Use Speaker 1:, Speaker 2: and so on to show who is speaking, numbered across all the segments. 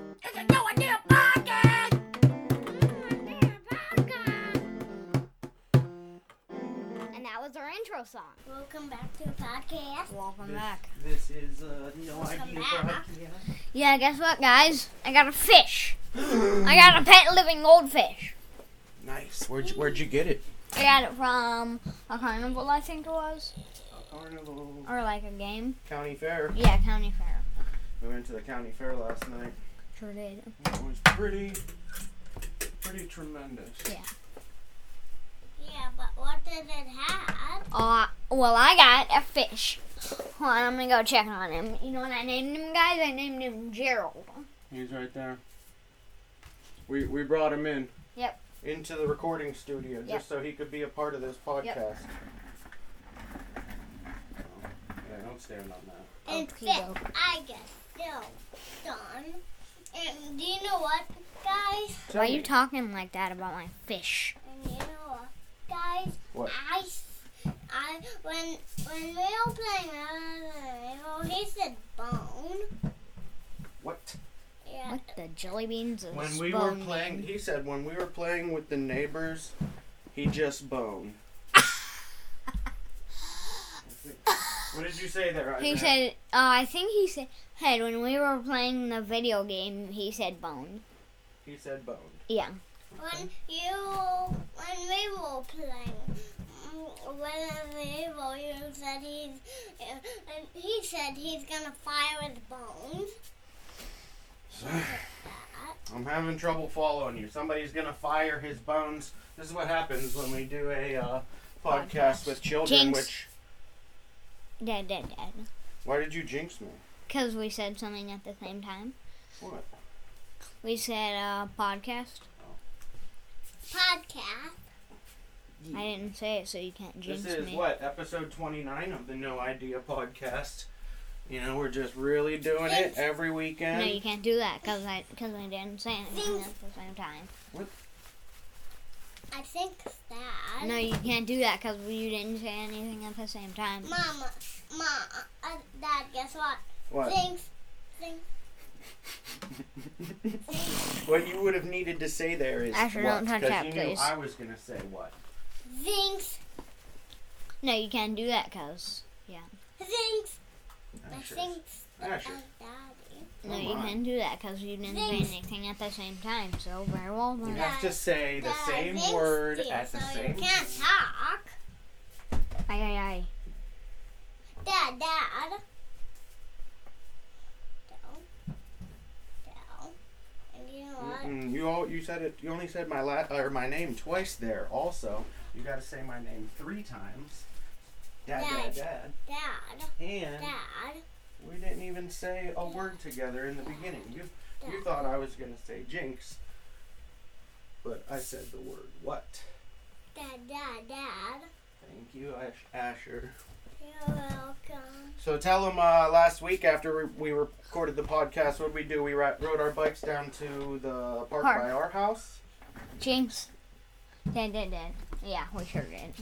Speaker 1: can do a damn podcast.
Speaker 2: And that was our intro song.
Speaker 3: Welcome back to the podcast.
Speaker 2: Welcome
Speaker 4: This- This is uh, no idea for Ikea.
Speaker 2: Yeah, guess what, guys? I got a fish. I got a pet living goldfish.
Speaker 4: Nice.
Speaker 1: Where'd you, where'd you get it?
Speaker 2: I got it from a carnival, I think it was,
Speaker 4: Carnival
Speaker 2: or like a game.
Speaker 4: County Fair.
Speaker 2: Yeah, county fair.
Speaker 4: We went to the county fair last night.
Speaker 2: Sure did.
Speaker 4: It was pretty, pretty tremendous.
Speaker 3: Yeah, but what did it have?
Speaker 2: Uh, well, I got a fish. Hold on, I'm gonna go check on him. You know what I named him, guys? I named him Gerald.
Speaker 4: He's right there. We we brought him in.
Speaker 2: Yep.
Speaker 4: Into the recording studio
Speaker 2: Yep.
Speaker 4: just so he could be a part of this podcast. Yeah, don't stand on that.
Speaker 3: And
Speaker 2: Okey
Speaker 3: fish.
Speaker 2: doke.
Speaker 3: I guess still done. And do you know what, guys?
Speaker 4: Tell
Speaker 2: Why are you
Speaker 4: me.
Speaker 2: talking like that about my fish?
Speaker 3: And you know what, guys?
Speaker 4: What?
Speaker 3: I, s- I, when when we were playing Resident Evil, he said bone.
Speaker 4: What?
Speaker 3: Yeah.
Speaker 2: What the jelly beans? is
Speaker 4: When we were
Speaker 2: spawning.
Speaker 4: playing, he said when we were playing with the neighbors, he just boned. what did you say there?
Speaker 2: He
Speaker 4: Isaac?
Speaker 2: said, uh, I think he said, hey, when we were playing the video game, he said bone.
Speaker 4: He said boned.
Speaker 2: Yeah.
Speaker 3: When you, when we were playing mm, Resident Evil, you said he's, uh, and he said he's gonna fire his bones.
Speaker 4: I'm having trouble following you. Somebody's gonna fire his bones. This is what happens when we do a uh, podcast,
Speaker 2: Podcast.
Speaker 4: with children.
Speaker 2: Jinx.
Speaker 4: Which
Speaker 2: Dead, dead, dead.
Speaker 4: why did you jinx me?
Speaker 2: Because we said something at the same time.
Speaker 4: What?
Speaker 2: We said, uh, podcast.
Speaker 3: Podcast.
Speaker 2: I didn't say it, so you can't jinx
Speaker 4: this is
Speaker 2: me.
Speaker 4: what episode 29 of the No Idea podcast. You know, we're just really doing it
Speaker 3: Jinx.
Speaker 4: every weekend.
Speaker 2: No, you can't do that because I, cause I didn't say anything
Speaker 3: Jinx.
Speaker 2: at the same time.
Speaker 3: I think that.
Speaker 2: No, you can't do that because you didn't say anything at the same time.
Speaker 3: Mama, ma, uh, dad, guess what?
Speaker 4: what?
Speaker 3: Thanks. Thanks.
Speaker 4: what you would have needed to say there is
Speaker 2: Asher,
Speaker 4: what,
Speaker 2: don't touch
Speaker 4: 'cause
Speaker 2: that,
Speaker 4: you knew
Speaker 2: please.
Speaker 4: I was gonna say what.
Speaker 3: Thanks.
Speaker 2: No, you can't do that because.
Speaker 3: Thanks. I
Speaker 4: Asher's-
Speaker 3: think that
Speaker 4: Asher.
Speaker 3: Uh, daddy.
Speaker 2: No,
Speaker 4: Oh
Speaker 2: you
Speaker 4: my.
Speaker 2: can't do that because you didn't
Speaker 3: Jinx.
Speaker 2: say anything at the same time. So, very well.
Speaker 4: You
Speaker 2: very well.
Speaker 4: have to say the
Speaker 3: Dad,
Speaker 4: same
Speaker 3: thanks
Speaker 4: word
Speaker 3: you,
Speaker 4: at the
Speaker 3: so
Speaker 4: same.
Speaker 3: You can't talk.
Speaker 2: Aye, aye, aye.
Speaker 3: Dad, dad. Dad. Dad. And you know what?
Speaker 4: Mm-mm, you all you said it. You only said my la- or my name twice there. Also, you got to say my name three times. Dad, dad,
Speaker 3: Dad.
Speaker 4: dad,
Speaker 3: Dad,
Speaker 4: and
Speaker 3: dad,
Speaker 4: we didn't even say a word together in the beginning. You you
Speaker 3: Dad.
Speaker 4: thought I was gonna say jinx, but I said the word what.
Speaker 3: dad, dad, dad.
Speaker 4: Thank you, Ash- Asher.
Speaker 3: You're welcome.
Speaker 4: So tell them uh, last week after we, we recorded the podcast, what we do? We ri- rode our bikes down to the park,
Speaker 2: Park.
Speaker 4: by our house.
Speaker 2: Jinx. Dead, dead, dead. Yeah, we sure did.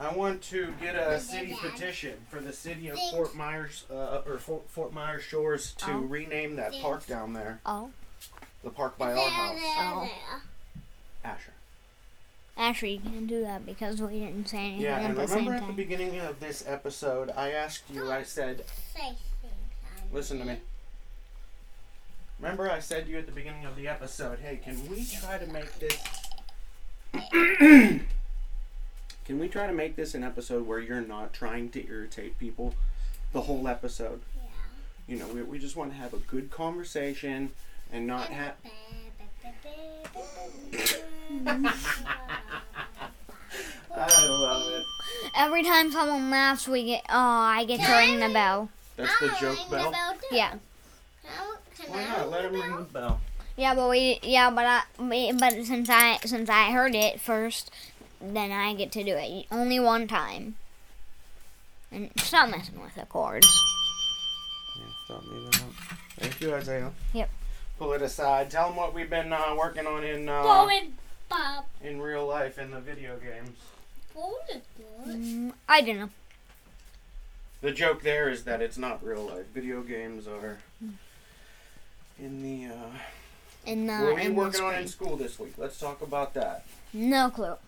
Speaker 4: I want to get a city petition for the city of
Speaker 3: Thanks.
Speaker 4: Fort Myers uh, or Fort, Fort Myers Shores to
Speaker 2: Oh.
Speaker 4: rename that park down there,
Speaker 2: Oh.
Speaker 4: the park by
Speaker 3: There,
Speaker 4: our house.
Speaker 3: there,
Speaker 2: Oh.
Speaker 3: there.
Speaker 4: Asher.
Speaker 2: Actually, you can't do that because we didn't say anything
Speaker 4: Yeah,
Speaker 2: at
Speaker 4: and
Speaker 2: the same
Speaker 4: remember at the
Speaker 2: time.
Speaker 4: beginning of this episode, I asked you. I said,
Speaker 3: Say something.
Speaker 4: Listen to me. Remember, I said to you at the beginning of the episode, hey, can we try to make this. can we try to make this an episode where you're not trying to irritate people the whole episode?
Speaker 3: Yeah.
Speaker 4: You know, we, we just want to have a good conversation and not have. I love it.
Speaker 2: Every time someone laughs, we get. Oh, I get to ring the bell.
Speaker 4: That's the
Speaker 3: I'll ring
Speaker 4: joke
Speaker 3: the
Speaker 4: bell.
Speaker 3: too.
Speaker 2: Yeah.
Speaker 3: How- Can
Speaker 4: Why
Speaker 3: I
Speaker 4: not? Let
Speaker 3: ring
Speaker 4: him
Speaker 3: the
Speaker 4: ring the
Speaker 3: bell?
Speaker 4: bell.
Speaker 2: Yeah, but we. Yeah, but I. we- But since I since I heard it first, then I get to do it only one time. And stop messing with the chords.
Speaker 4: Yeah, stop moving up. Thank you, Isaiah.
Speaker 2: Yep.
Speaker 4: Pull it aside. Tell them what we've been uh, working on in uh,
Speaker 3: Forward, Bob.
Speaker 4: in real life in the video games.
Speaker 3: Forward, Bob.
Speaker 2: Mm, I don't know.
Speaker 4: The joke there is that it's not real life. Video games are in the uh,
Speaker 2: And not
Speaker 4: what were you
Speaker 2: in the
Speaker 4: working on
Speaker 2: spring.
Speaker 4: in school this week? Let's talk about that.
Speaker 2: No clue.
Speaker 4: Uh,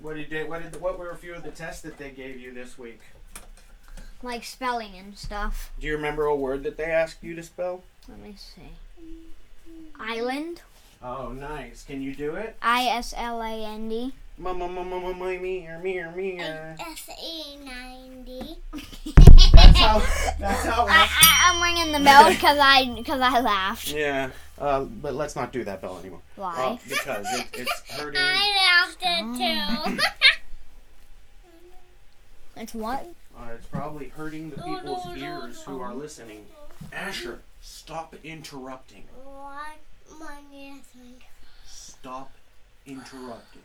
Speaker 4: what did you, what did what were a few of the tests that they gave you this week?
Speaker 2: Like spelling and stuff.
Speaker 4: Do you remember a word that they asked you to spell?
Speaker 2: Let me see. Island.
Speaker 4: Oh, nice. Can you do it?
Speaker 2: I S L A N D.
Speaker 4: Mama, mama, mama, mirror, mirror, mirror.
Speaker 3: SE 90.
Speaker 4: That's how. That's how.
Speaker 2: I, I, I'm ringing the bell because I because I laughed.
Speaker 4: yeah. Uh, but let's not do that bell anymore. Uh,
Speaker 2: Why?
Speaker 4: because it, it's hurting.
Speaker 3: I laughed it
Speaker 2: It's what?
Speaker 4: Uh, it's probably hurting the
Speaker 3: No,
Speaker 4: people's
Speaker 3: no, no,
Speaker 4: ears who
Speaker 2: no.
Speaker 4: are listening. Asher, stop interrupting.
Speaker 3: too. what money is my
Speaker 4: Stop interrupting.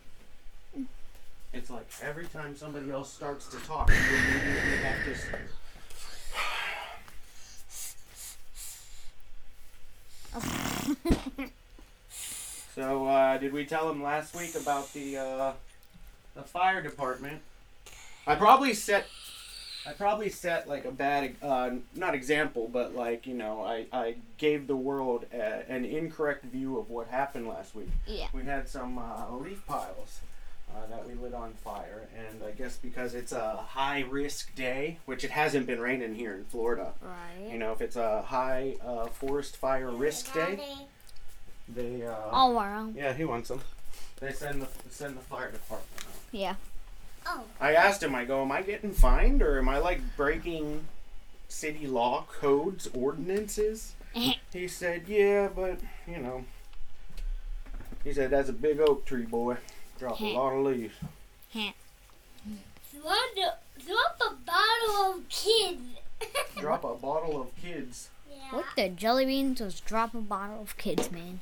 Speaker 4: It's like every time somebody else starts to talk, you immediately have to. s- So, uh, did we tell him last week about the uh, the fire department? I probably set I probably set like a bad uh, not example, but like you know, I I gave the world uh an incorrect view of what happened last week.
Speaker 2: Yeah.
Speaker 4: We had some uh, leaf piles. Uh, that we lit on fire, and I guess because it's a high risk day, which it hasn't been raining here in Florida. You
Speaker 2: Right.
Speaker 4: know, if it's a high uh, forest fire risk day,
Speaker 3: daddy?
Speaker 4: they uh,
Speaker 2: All wrong.
Speaker 4: yeah, he wants them. They send the send the fire department. out.
Speaker 2: Yeah.
Speaker 3: Oh,
Speaker 4: I asked him. I go, am I getting fined or am I like breaking city law codes ordinances? he said, yeah, but you know. He said that's a big oak tree, boy. Drop a lot of leaves.
Speaker 3: drop a, drop a bottle of kids.
Speaker 4: Drop a bottle of kids.
Speaker 3: yeah.
Speaker 2: What the jelly beans was drop a bottle of kids, man.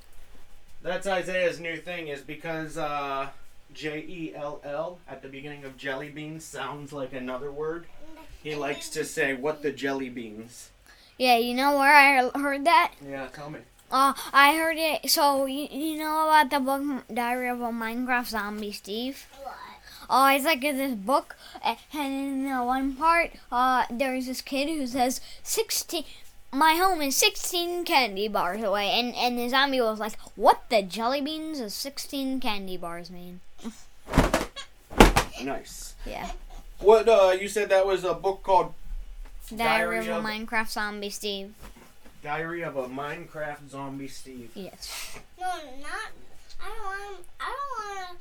Speaker 4: That's Isaiah's new thing is because uh, J E L L at the beginning of jelly beans sounds like another word. He likes to say what the jelly beans.
Speaker 2: Yeah, you know where I heard that?
Speaker 4: Yeah, tell me.
Speaker 2: Uh, I heard it. So you, you know about the book Diary of a Minecraft Zombie, Steve?
Speaker 3: What?
Speaker 2: Oh, it's like in this book, a- and in uh, one part, uh, there's this kid who says sixteen. My home is sixteen candy bars away, and and the zombie was like, "What the jelly beans is sixteen candy bars mean?"
Speaker 4: Nice.
Speaker 2: Yeah,
Speaker 4: What uh you said that was a book called
Speaker 2: Diary,
Speaker 4: Diary
Speaker 2: of
Speaker 4: of-
Speaker 2: a Minecraft Zombie Steve.
Speaker 4: Diary of a Minecraft Zombie Steve.
Speaker 2: Yes.
Speaker 3: No, not. I don't want. I don't want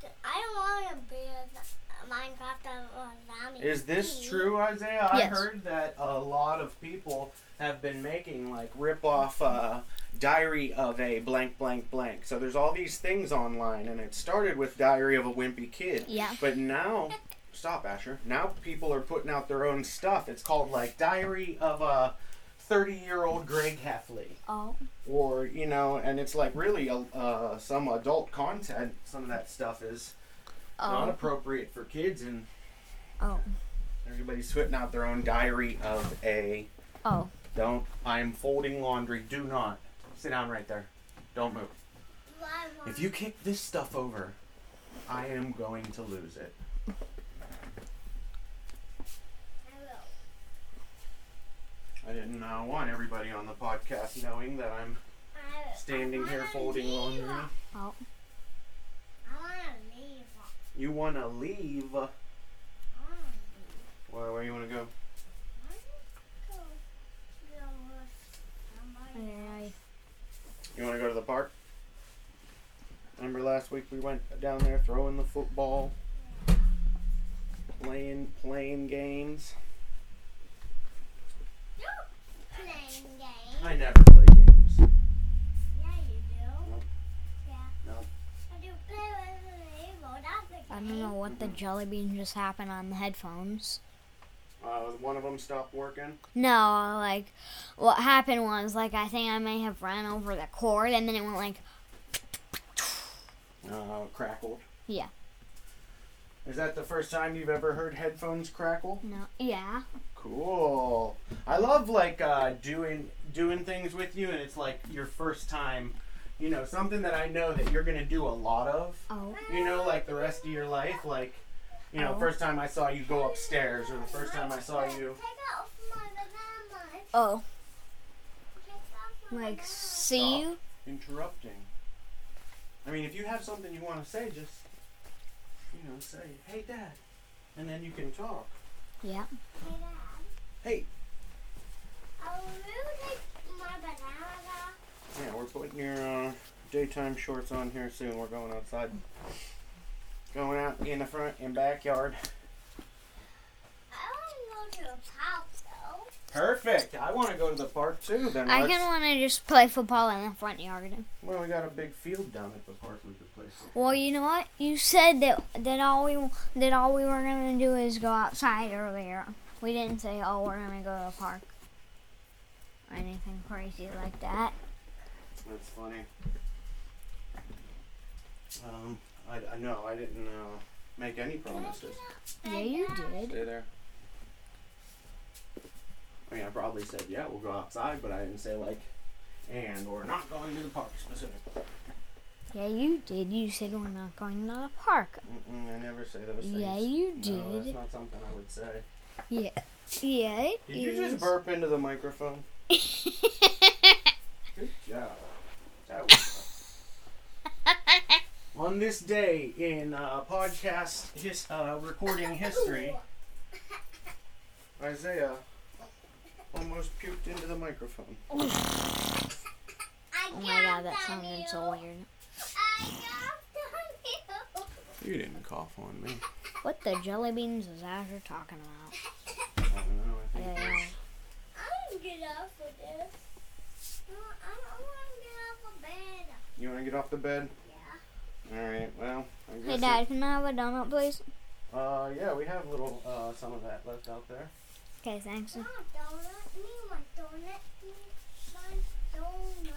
Speaker 3: to. I don't want to be a z- a Minecraft or a zombie.
Speaker 4: Is this
Speaker 3: Please.
Speaker 4: true, Isaiah? I
Speaker 2: Yes.
Speaker 4: heard that a lot of people have been making like rip off uh Diary of a blank blank blank. So there's all these things online and it started with Diary of a Wimpy Kid.
Speaker 2: Yeah.
Speaker 4: But now stop Asher. Now people are putting out their own stuff. It's called like Diary of a 30-year-old Greg Heffley.
Speaker 2: Oh.
Speaker 4: or you know, and it's like really uh, some adult content. Some of that stuff is not
Speaker 2: Oh.
Speaker 4: appropriate for kids, and
Speaker 2: Oh.
Speaker 4: everybody's putting out their own diary of a
Speaker 2: Oh.
Speaker 4: don't. I'm folding laundry. Do not sit down right there. Don't move.
Speaker 3: Why won't-
Speaker 4: If you kick this stuff over, I am going to lose it.
Speaker 3: I will.
Speaker 4: I didn't uh, want everybody on the podcast knowing that I'm
Speaker 3: I will.
Speaker 4: standing here folding laundry.
Speaker 2: Oh.
Speaker 3: I want to leave.
Speaker 4: You want to leave? Where,
Speaker 3: I want to
Speaker 4: where you want to go?
Speaker 3: go to the woods. I might-
Speaker 2: I-
Speaker 4: You want to go to the park? Remember last week we went down there throwing the football, playing playing games.
Speaker 3: No, playing game.
Speaker 4: I never play games.
Speaker 3: Yeah, you do.
Speaker 4: Nope.
Speaker 3: Yeah.
Speaker 4: Nope.
Speaker 3: But you play with the evil. That's a
Speaker 2: I don't know
Speaker 3: game.
Speaker 2: what the jelly bean just happened on the headphones.
Speaker 4: Uh, one of them stopped working.
Speaker 2: No, like what happened was like I think I may have ran over the cord and then it went like
Speaker 4: Uh, crackled.
Speaker 2: Yeah.
Speaker 4: Is that the first time you've ever heard headphones crackle?
Speaker 2: no yeah.
Speaker 4: Cool. I love like uh, doing doing things with you, and it's like your first time. You know, something that I know that you're gonna do a lot of.
Speaker 2: Oh.
Speaker 4: you know, like the rest of your life. Like, you know,
Speaker 2: Oh.
Speaker 4: first time I saw you go upstairs, or the first time I saw you.
Speaker 3: Take off my banana.
Speaker 2: Oh.
Speaker 3: Take off my
Speaker 2: Like
Speaker 3: banana.
Speaker 4: Oh,
Speaker 2: see you?
Speaker 4: interrupting. I mean, if you have something you want to say, just you know, say, "Hey, Dad," and then you can talk.
Speaker 2: Yeah.
Speaker 3: Hey, Dad.
Speaker 4: Hey.
Speaker 3: I'll really my banana.
Speaker 4: Yeah, we're putting your uh, daytime shorts on here soon. We're going outside. Going out in the front and backyard.
Speaker 3: I want to go to a pop though.
Speaker 4: Perfect. I want to go to the park too. Then
Speaker 2: I
Speaker 4: let's-
Speaker 2: kind of want to just play football in the front yard.
Speaker 4: Well, we got a big field down at the park we could play. some.
Speaker 2: Well, you know what? You said that that all we that all we were gonna do is go outside earlier. We didn't say oh we're gonna go to the park or anything crazy like that.
Speaker 4: That's funny. Um, I, I know I didn't uh, make any promises.
Speaker 2: Yeah, you did.
Speaker 4: Stay there. I mean, I probably said yeah, we'll go outside, but I didn't say like, and we're not going to the park specifically.
Speaker 2: Yeah, you did. You said we're not going to the park.
Speaker 4: Mm-mm, I never say those things.
Speaker 2: Yeah, you
Speaker 4: No, that's
Speaker 2: did.
Speaker 4: not something I would say.
Speaker 2: Yeah, yeah. it
Speaker 4: Did you just
Speaker 2: is.
Speaker 4: burp into the microphone? Good job. That was On this day in uh, podcast his, uh, recording history, Isaiah almost puked into the microphone.
Speaker 3: I
Speaker 2: Oh my god, that sounded so weird.
Speaker 3: I got on
Speaker 4: You didn't cough on me.
Speaker 2: What the jelly beans is Asher talking about?
Speaker 4: I don't know. Oh, I think
Speaker 2: Yeah.
Speaker 3: I'm gonna get off of this. No, I don't want to get off of bed.
Speaker 4: you want to get off the bed.
Speaker 3: Yeah.
Speaker 4: All right. Well, I guess
Speaker 2: Hey,
Speaker 4: it-
Speaker 2: Dad, can I have a donut, please?
Speaker 4: uh, yeah, we have little uh, some of that left out there.
Speaker 2: Okay, thanks.
Speaker 3: I want donut. Me my donut. Me my donut.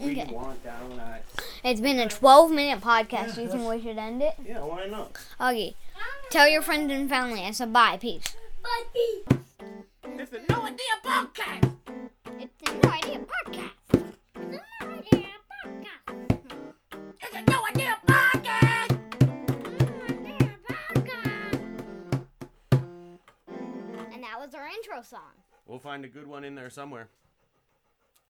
Speaker 2: Okay.
Speaker 4: We want donuts.
Speaker 2: It's been a 12 minute podcast.
Speaker 4: Yeah,
Speaker 2: you think
Speaker 4: that's-
Speaker 2: we should end it?
Speaker 4: Yeah, why not?
Speaker 2: Okay.
Speaker 3: I'm
Speaker 2: Tell your friends and family. I said bye. Peace.
Speaker 3: buddy.
Speaker 1: It's the No Idea Podcast.
Speaker 2: It's the No Idea Podcast. No Idea Podcast.
Speaker 1: It's the No Idea Podcast.
Speaker 2: And that was our intro song.
Speaker 4: We'll find a good one in there somewhere.